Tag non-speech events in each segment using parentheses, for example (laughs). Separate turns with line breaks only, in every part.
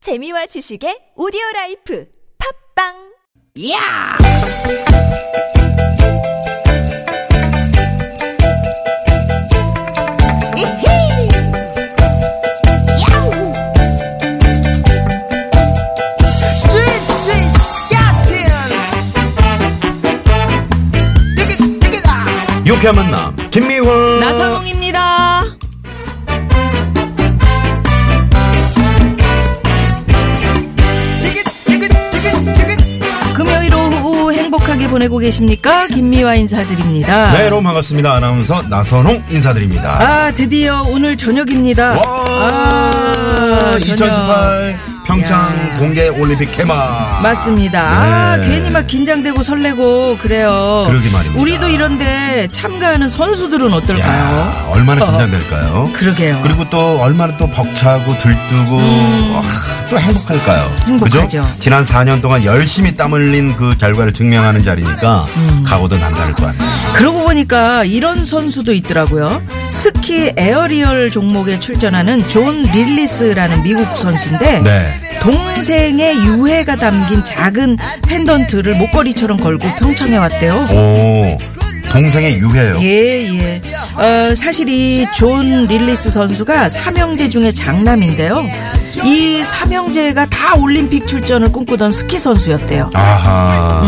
재미와 지식의 오디오 라이프 팝빵!
야! 이히! 야우! 스윗 스윗 스캇틴! 띠깃 띠깃아!
유쾌한 만남 김미화
나선홍입니다.
띠깃 띠깃 띠깃 띠깃!
금요일 오후 행복하게 보내고 계십니까? 김미화 인사드립니다.
네 여러분 반갑습니다 아나운서 나선홍 인사드립니다
아 드디어 오늘 저녁입니다. 아, 저녁.
2018 평창
야.
동계 올림픽 개막
맞습니다. 아
네.
괜히 막 긴장되고 설레고 그래요.
그러게 말입니다.
우리도 이런데 참가하는 선수들은 어떨까요?
야, 얼마나 긴장될까요
그러게요.
그리고 또 얼마나 또 벅차고 들뜨고 아, 또 행복할까요
음. 행복하죠.
그죠? 지난 4년 동안 열심히 땀 흘린 그 결과를 증명하는 자리니까
음.
각오도 남다를 것 같네요
그러고 보니까 이런 선수도 있더라고요. 스키 에어리얼 종목에 출전하는 존 릴리스라는 미국 선수인데
네
동생의 유해가 담긴 작은 펜던트를 목걸이처럼 걸고 평창에 왔대요.
오, 동생의 유해요
예, 예. 어, 사실 이 존 릴리스 선수가 삼형제 중에 장남인데요. 이 삼형제가 다 올림픽 출전을 꿈꾸던 스키 선수였대요.
아하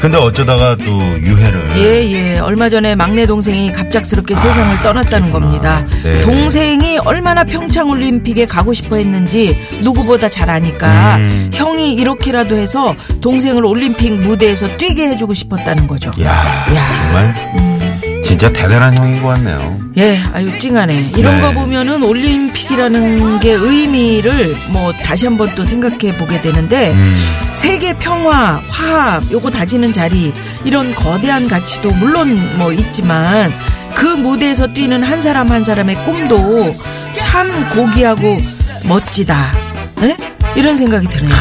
근데 어쩌다가 또 유해를
예, 예. 얼마 전에 막내 동생이 갑작스럽게 세상을 떠났다는 겁니다.
아, 네.
동생이 얼마나 평창올림픽에 가고 싶어 했는지 누구보다 잘 아니까
음.
형이 이렇게라도 해서 동생을 올림픽 무대에서 뛰게 해주고 싶었다는 거죠.
야,
야.
정말 진짜 대단한 형인 것 같네요.
예, 아유, 찡하네. 이런
네.
거 보면은 올림픽이라는 게 의미를 뭐 다시 한번 또 생각해 보게 되는데
음.
세계 평화, 화합, 요거 다지는 자리, 이런 거대한 가치도 물론 뭐 있지만 그 무대에서 뛰는 한 사람 한 사람의 꿈도 참 고귀하고 멋지다. 예? 이런 생각이 드네요.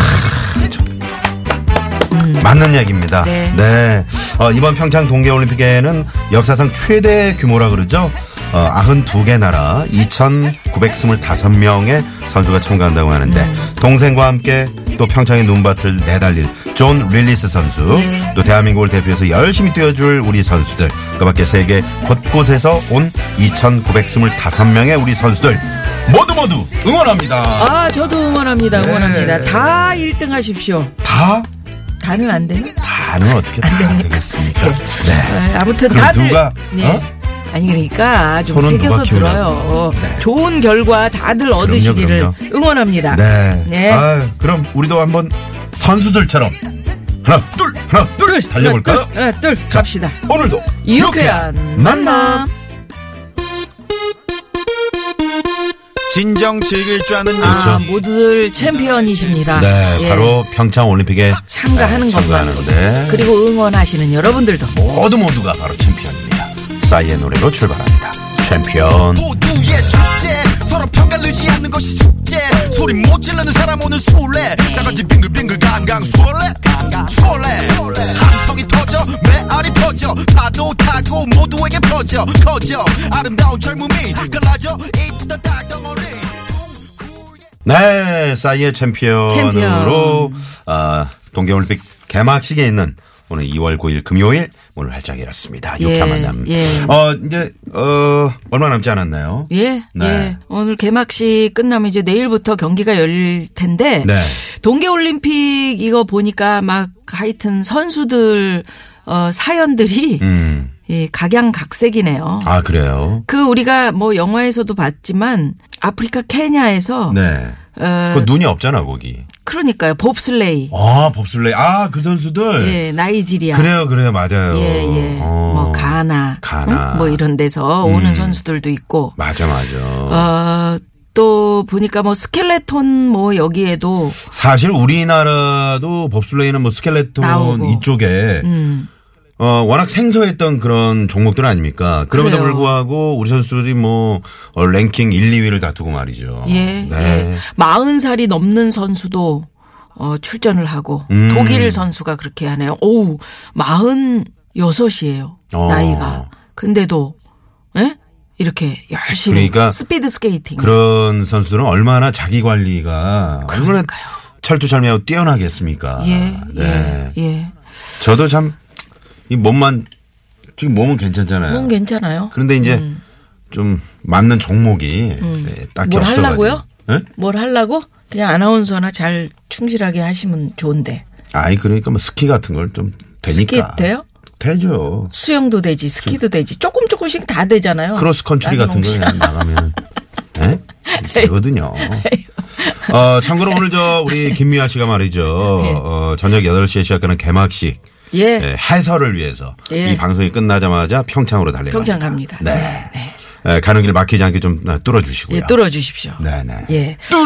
맞는 얘기입니다.
네.
어, 이번 평창 동계올림픽에는 역사상 최대 규모라 그러죠. 어, 92개 나라 2,925명의 선수가 참가한다고 하는데
음.
동생과 함께 또 평창의 눈밭을 내달릴 존 릴리스 선수
네.
또 대한민국을 대표해서 열심히 뛰어줄 우리 선수들 그 밖에 세계 곳곳에서 온 2,925명의 우리 선수들 모두 모두 응원합니다.
아, 저도 응원합니다.
네.
응원합니다. 다 1등 하십시오.
다
다는 안 돼요?
다는 어떻게 다
됩니까?
되겠습니까? 네.
아, 아무튼
그럼
다들
누가,
네.
어?
아니 그러니까 좀
손은 누가
새겨서
키우냐고.
들어요.
네.
좋은 결과 다들 얻으시기를
그럼요.
응원합니다.
네.
네.
아유, 그럼 우리도 한번 선수들처럼 하나 둘 하나 둘 달려볼까요?
하나, 둘, 하나, 둘 갑시다.
오늘도
유쾌한 만남.
진정 즐길 줄 아는
그렇죠.
아, 모두들 챔피언이십니다.
네,
예.
바로 평창 올림픽에
참가하는 것만
참가하는데
그리고 응원하시는 여러분들도
모두 모두가 바로 챔피언입니다. 싸이의 노래로 출발합니다. 챔피언.
모두의 축제 서로 평가를 지 않는 것이 숙제 소리 못 질르는 사람 오늘 술래 다같이 빙글빙글 강강 술래 술래 함성이 터져 메아리 퍼져 파도 타고 모두에게 퍼져 커져 아름다운 젊음이 갈라져 있던 땅덩어리
네, 싸이의 챔피언으로 아, 동계올림픽 개막식에 있는 오늘 2월 9일 금요일 문을 활짝 열었습니다.
예,
유쾌한 만남.
예.
어, 이제 어, 얼마 남지 않았나요?
예,
네.
예. 오늘 개막식 끝나면 이제 내일부터 경기가 열릴 텐데
네.
동계올림픽 이거 보니까 막 하여튼 선수들 어, 사연들이
음.
예, 각양각색이네요.
아, 그래요.
그 우리가 뭐 영화에서도 봤지만 아프리카 케냐에서
네.
어,
그 눈이 없잖아, 거기.
그러니까요 봅슬레이,
아, 법슬레이. 아, 그 선수들.
예, 나이지리아,
그래요, 그래요, 맞아요.
예, 예,
어.
뭐 가나,
가나. 음.
응? 뭐 이런 데서 오는 선수들도 있고,
맞아, 맞아.
어, 또 보니까 뭐 스켈레톤 뭐 여기에도
사실 우리나라도 법슬레이는 뭐 스켈레톤
나오고.
이쪽에
음,
어, 워낙 생소했던 그런 종목들 아닙니까? 그럼에도
그래요.
불구하고 우리 선수들이 뭐 어, 랭킹 1, 2위를 다투고 말이죠.
예, 예,
네.
마흔 살이 넘는 선수도 어, 출전을 하고
음.
독일 선수가 그렇게 하네요. 오우, 마흔 여섯이에요
어.
나이가. 근데도 예? 이렇게 열심히
그러니까
스피드 스케이팅.
그런 선수들은 얼마나 자기 관리가 얼마나
그러니까요.
철두철미하고 뛰어나겠습니까?
예,
네.
예, 예.
저도 참, 이 몸만, 지금 몸은 괜찮잖아요.
몸 괜찮아요. 음.
그런데 이제 좀 맞는 종목이 네, 딱히
뭘
없어가지고.
하려고요?
예?
뭘 하려고? 그냥 아나운서나 잘 충실하게 하시면 좋은데.
아니, 그러니까 뭐 스키 같은 걸 좀 되니까.
스키 돼요?
되죠.
수영도 되지, 스키도 되지. 조금 조금씩 다 되잖아요.
크로스컨트리
나는
같은 거
혹시-
그냥 나가면 예?
(laughs)
되거든요. 어, 참고로 오늘 저 우리 김미아 씨가 말이죠.
네.
어, 저녁 8시에 시작하는 개막식
예.
예, 해설을 위해서
예.
이 방송이 끝나자마자 평창으로 달려갑니다.
평창 갑니다.
네.
네,
예, 가는 길 막히지 않게 좀 어, 뚫어주시고요.
예, 뚫어 주십시오.
네네.
예.
뚫어!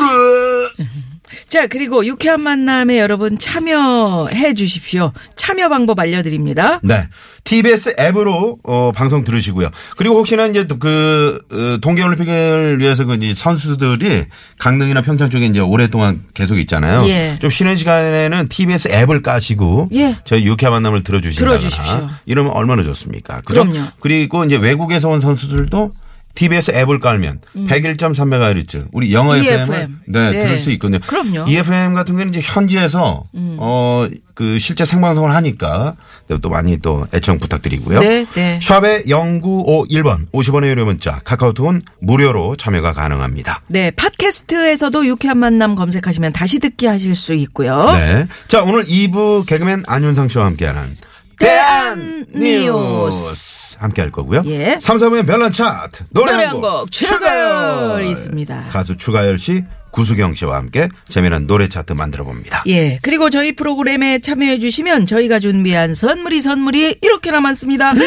자, 그리고 유쾌한 만남에 여러분 참여해 주십시오. 참여 방법 알려드립니다.
네. TBS 앱으로 어, 방송 들으시고요. 그리고 혹시나 이제 그 어, 동계올림픽을 위해서 그 이제 선수들이 강릉이나 평창 쪽에 이제 오랫동안 계속 있잖아요.
예.
좀 쉬는 시간에는 TBS 앱을 까시고
예.
저희 유쾌한 만남을 들어주신다거나
들어주십시오.
이러면 얼마나 좋습니까? 그죠?
그럼요.
그리고 이제 외국에서 온 선수들도 TBS 앱을 깔면
음.
101.3MHz 우리 영어
EFM.
FM을 네,
E 네.
들을 수 있거든요. E
그럼요.
EFM 같은 경우는 이제 현지에서
음.
어 그 실제 생방송을 하니까 또 많이 또 애청 부탁드리고요.
네, 네.
샵의 0951번 50원의 유료 문자 카카오톡은 무료로 참여가 가능합니다.
네, 팟캐스트에서도 유쾌한 만남 검색하시면 다시 듣기 하실 수 있고요.
네. 자, 오늘 2부 개그맨 안윤상 씨와 함께하는 대한
대한
뉴스 함께 할 거고요.
예.
3, 4부의 별난 차트 노래,
노래
한
한
곡
곡 추가열 있습니다.
가수 추가열 씨, 구수경 씨와 함께 재미난 노래 차트 만들어 봅니다.
예, 그리고 저희 프로그램에 참여해 주시면 저희가 준비한 선물이 선물이 이렇게나 많습니다.
네.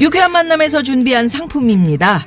유쾌한 만남에서 준비한 상품입니다.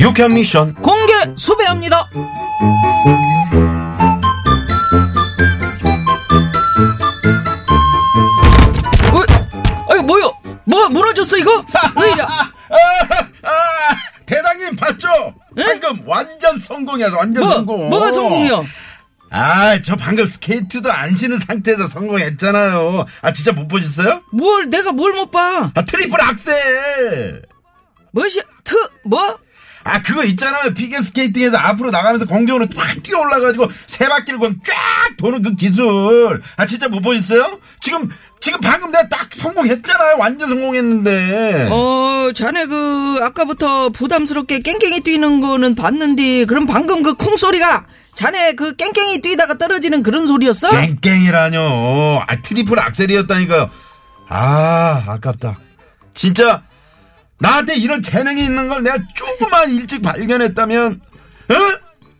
유쾌한 미션
공개 수배합니다 어? 아이 뭐요 뭐 무너졌어
(laughs)
이거 왜 이래
아, 대장님 봤죠? 방금 완전 성공이야 완전
예? 뭐, 뭐가 성공이요
아, 저 방금 스케이트도 안 신은 상태에서 성공했잖아요. 아, 진짜 못 보셨어요?
뭘 내가 뭘 못 봐
아, 트리플 악셀.
뭐시 트뭐
아, 그거 있잖아요. 피겨 스케이팅에서 앞으로 나가면서 공중으로 팍 뛰어 올라가지고 세 바퀴를 그냥 쫙 도는 그 기술. 아, 진짜 못 보셨어요? 지금, 지금 방금 내가 딱 성공했잖아요. 완전 성공했는데.
어, 자네 그 아까부터 부담스럽게 깽깽이 뛰는 거는 봤는데 그럼 방금 그 쿵 소리가 자네 그 깽깽이 뛰다가 떨어지는 그런 소리였어?
깽깽이라뇨. 아, 트리플 악셀이었다니까요. 아, 아깝다. 진짜, 나한테 이런 재능이 있는 걸 내가 조금만 일찍 발견했다면, 어?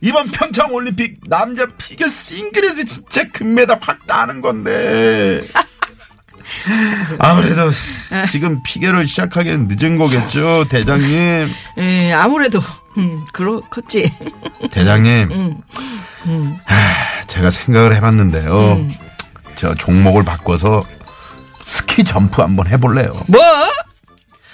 이번 평창 올림픽 남자 피겨 싱글에서 진짜 금메달 확 따는 건데. 아무래도 지금 피겨를 시작하기엔 늦은 거겠죠, 대장님.
예, 아무래도 음, 그렇겠지.
대장님, 하, 제가 생각을 해봤는데요. 제가 종목을 바꿔서 스키 점프 한번 해볼래요.
뭐?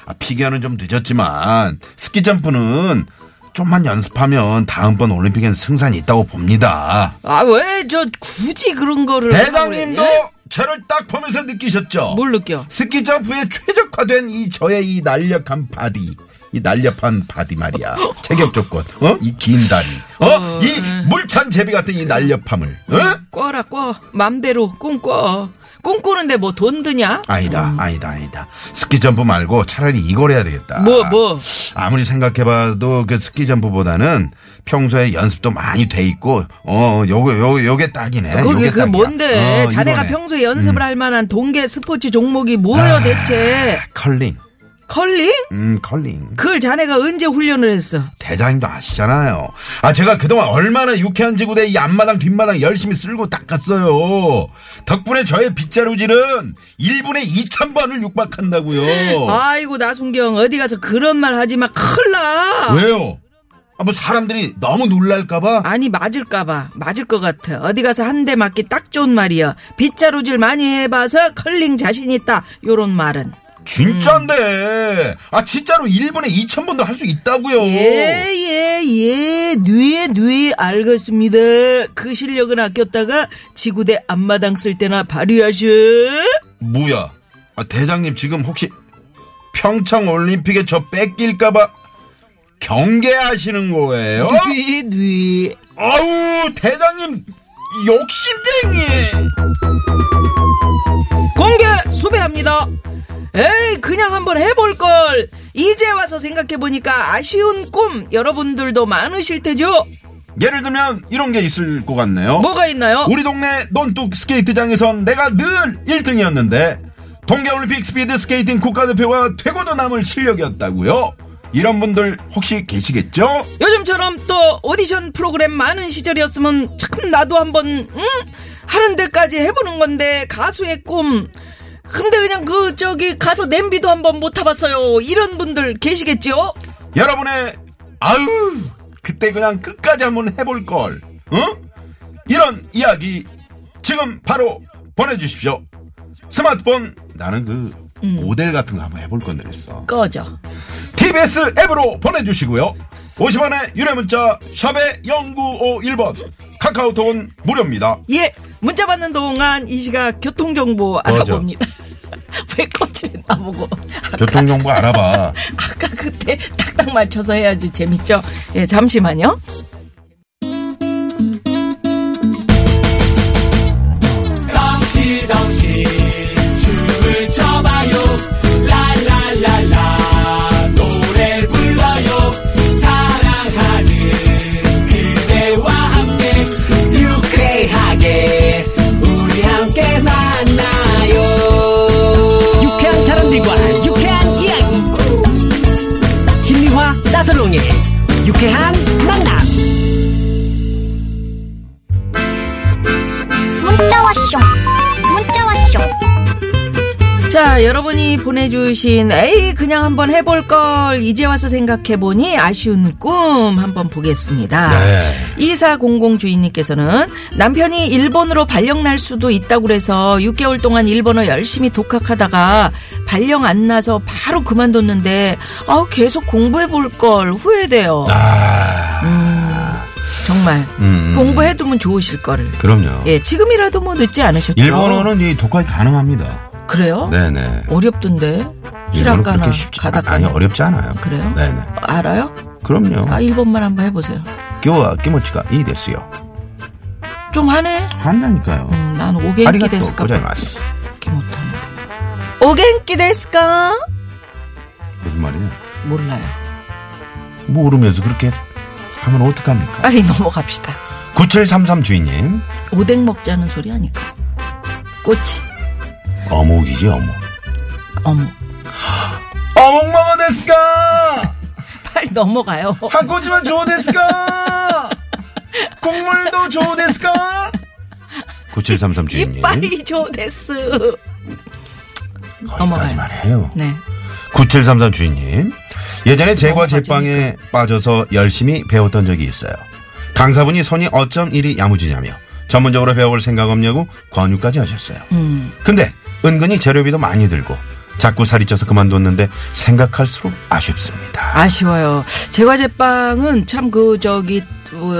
아, 피겨는 좀 늦었지만 스키 점프는 좀만 연습하면 다음번 올림픽엔 승산이 있다고 봅니다.
아 왜 저 굳이 그런 거를
대장님도
하라고 그래?
저를 딱 보면서 느끼셨죠?
뭘 느껴?
스키 점프에 최적화된 이 저의 이 날렵한 바디. 이 날렵한 바디 말이야. 체격 조건. 어? 이 긴 다리. 어? 이 물찬 제비 같은 이 날렵함을. 어?
꿔라 꿔 맘대로 꿈꿔 꿈꾸는데 뭐 돈 드냐?
아니다, 아니다, 아니다. 스키 점프 말고 차라리 이걸 해야 되겠다.
뭐, 뭐?
아무리 생각해봐도 그 스키 점프보다는 평소에 연습도 많이 돼 있고, 어, 요거, 요, 요게 딱이네.
그게
요게
그
딱이야.
뭔데?
어, 음.
자네가
이거네.
평소에 연습을 할 만한 동계 스포츠 종목이
아.
뭐여 대체?
컬링.
컬링?
음, 컬링.
그걸 자네가 언제 훈련을 했어?
대장님도 아시잖아요. 아, 제가 그동안 얼마나 유쾌한 지구대 이 앞마당 뒷마당 열심히 쓸고 닦았어요. 덕분에 저의 빗자루질은 1분에 2,000번을 육박한다고요.
아이고 나순경 어디 가서 그런 말 하지 마 큰일 나.
왜요? 아, 뭐 사람들이 너무 놀랄까봐?
아니 맞을까봐 맞을 것 같아 어디 가서 한 대 맞기 딱 좋은 말이야 빗자루질 많이 해봐서 컬링 자신 있다 요런 말은
진짜인데. 아, 진짜로 1분에 2,000번도 할 수 있다고요.
음. 예예예 뇌에 뇌에 알겠습니다 그 실력은 아꼈다가 지구대 앞마당 쓸 때나 발휘하셔
뭐야? 아, 대장님 지금 혹시 평창 올림픽에 저 뺏길까 봐 경계하시는 거예요?
뇌 뇌.
아우, 대장님 욕심쟁이.
공개 수배합니다. 에이 그냥 한번 해볼 걸. 이제 와서 생각해 보니까 아쉬운 꿈 여러분들도 많으실 테죠.
예를 들면 이런 게 있을 것 같네요.
뭐가 있나요?
(laughs) 우리 동네 논뚝 스케이트장에선 내가 늘 1등이었는데 동계올림픽 스피드 스케이팅 국가대표가 퇴고도 남을 실력이었다고요. 이런 분들 혹시 계시겠죠?
요즘처럼 또 오디션 프로그램 많은 시절이었으면 참 나도 한번 음? 하는 데까지 해보는 건데 가수의 꿈. 근데 그냥 그 저기 가서 냄비도 한번 못 타봤어요. 이런 분들 계시겠죠?
여러분의 아유 그때 그냥 끝까지 한번 해볼 걸. 어? 이런 이야기 지금 바로 보내주십시오. 스마트폰 나는 그 모델 같은 거 한번 해볼 건데 그랬어.
꺼져.
TBS 앱으로 보내주시고요. 50원의 유료 문자 샵의 0951번 카카오톡은 무료입니다.
예, 문자 받는 동안 이 시각 교통정보 알아봅니다. (laughs) 왜 꺼지는 나보고.
교통정보 알아봐.
(laughs) 아까 그때 딱딱 맞춰서 해야지 재밌죠? 예, 잠시만요.
유쾌한 사람들과 유쾌한 이야기 김미화 나서롱의 유쾌한 만남
문자 왔쇼 문자 왔쇼
자, 여러분이 보내주신 에이, 그냥 한번 해볼 걸. 이제 와서 생각해보니 아쉬운 꿈 한번 보겠습니다.
네.
2400 주인님께서는 남편이 일본으로 발령 날 수도 있다고 그래서 6개월 동안 일본어 열심히 독학하다가 발령 안 나서 바로 그만뒀는데 아 계속 공부해 볼 걸 후회돼요. 음,
아,
정말
음.
공부해 두면 좋으실 거를.
그럼요.
예, 지금이라도 뭐 늦지 않으셨죠?
일본어는 이 독학이 가능합니다.
그래요?
네네. 예,
어렵던데.
일본어
어. 히라가나 가다가
아니 어렵지 않아요.
그래요?
네네.
알아요?
그럼요.
아 일본말 한번 해보세요.
교와 끼모치가 이 됐어요.
좀 하네.
한다니까요.
음, 난 오겐키 데스까
고자이마스.
밖에 못하는데. 오겐키 데스까?
무슨 말이에요?
몰라요.
모르면서 그렇게 하면 어떡합니까?
빨리 (laughs) 넘어갑시다.
9733 주인님.
오뎅 먹자는 소리 아니까. 꼬치,
어묵이지 어묵.
어묵.
어묵 먹어 됐을까?
(laughs) 빨리 넘어가요.
한 꼬지만 줘
(laughs)
됐을까? 국물도 줘 됐을까? 9733 주인님.
이빨이 조데스.
거기까지
넘어가요.
말해요.
네.
9733 주인님. 예전에 제과 제빵에 빠져서 열심히 배웠던 적이 있어요. 강사분이 손이 어쩜 이리 야무지냐며
음.
전문적으로 배워볼 생각 없냐고 권유까지 하셨어요. 근데 은근히 재료비도 많이 들고 자꾸 살이 쪄서 그만뒀는데 생각할수록 아쉽습니다.
아쉬워요. 제과제빵은 참 그 저기 어,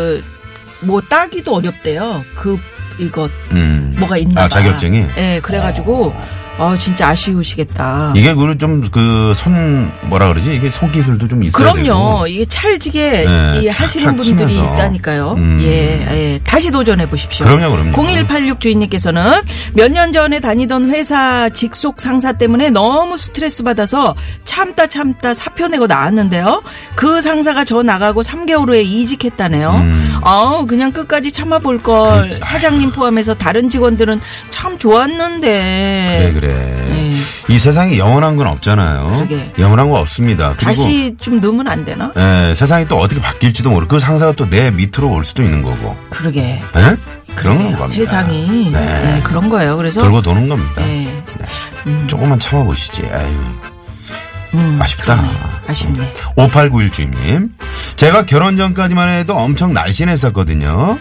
뭐 따기도 어렵대요. 그 이거
음.
뭐가 있나 봐.
아, 자격증이? 어.
예, 그래가지고 아 진짜 아쉬우시겠다.
이게 그 좀 그 손 뭐라 그러지? 이게 속기술도 좀 있어야
그럼요. 이게 찰지게
네,
이
착착
하시는 분들이
치면서.
있다니까요.
음.
예, 예. 다시 도전해 보십시오.
그럼요, 그럼요.
0186 주인님께서는 몇 년 전에 다니던 회사 직속 상사 때문에 너무 스트레스 받아서 참다 참다 사표 내고 나왔는데요. 그 상사가 저 나가고 3개월 후에 이직했다네요. 아우, 그냥 끝까지 참아볼 걸.
음. 그렇지.
사장님 포함해서 다른 직원들은 참 좋았는데.
그래 그래.
네.
이 세상에 영원한 건 없잖아요.
그러게.
영원한 건 없습니다. 그리고
다시 좀 넣으면 안 되나?
예, 세상이 또 어떻게 바뀔지도 모르고 그 상사가 또 내 밑으로 올 수도 있는 거고.
그러게.
예? 그런
그래요.
겁니다.
세상이
네.
네, 그런 거예요. 그래서
돌고 도는 겁니다.
네.
조금만 참아보시지. 아유.
음,
아쉽다.
그러네. 아쉽네.
5891 주임님. 제가 결혼 전까지만 해도 엄청 날씬했었거든요.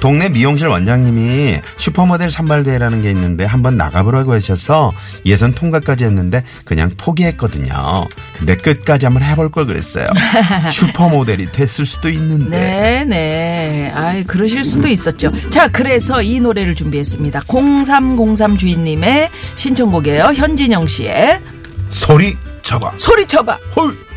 동네 미용실 원장님이 슈퍼모델 선발대회라는 게 있는데 한번 나가보라고 하셔서 예선 통과까지 했는데 그냥 포기했거든요. 근데 끝까지 한번 해볼 걸 그랬어요. 슈퍼모델이 됐을 수도 있는데.
네, 네. 아이, 그러실 수도 있었죠. 자, 그래서 이 노래를 준비했습니다. 0303 주인님의 신청곡이에요. 현진영 씨의
소리 쳐봐.
소리 쳐봐.
헐.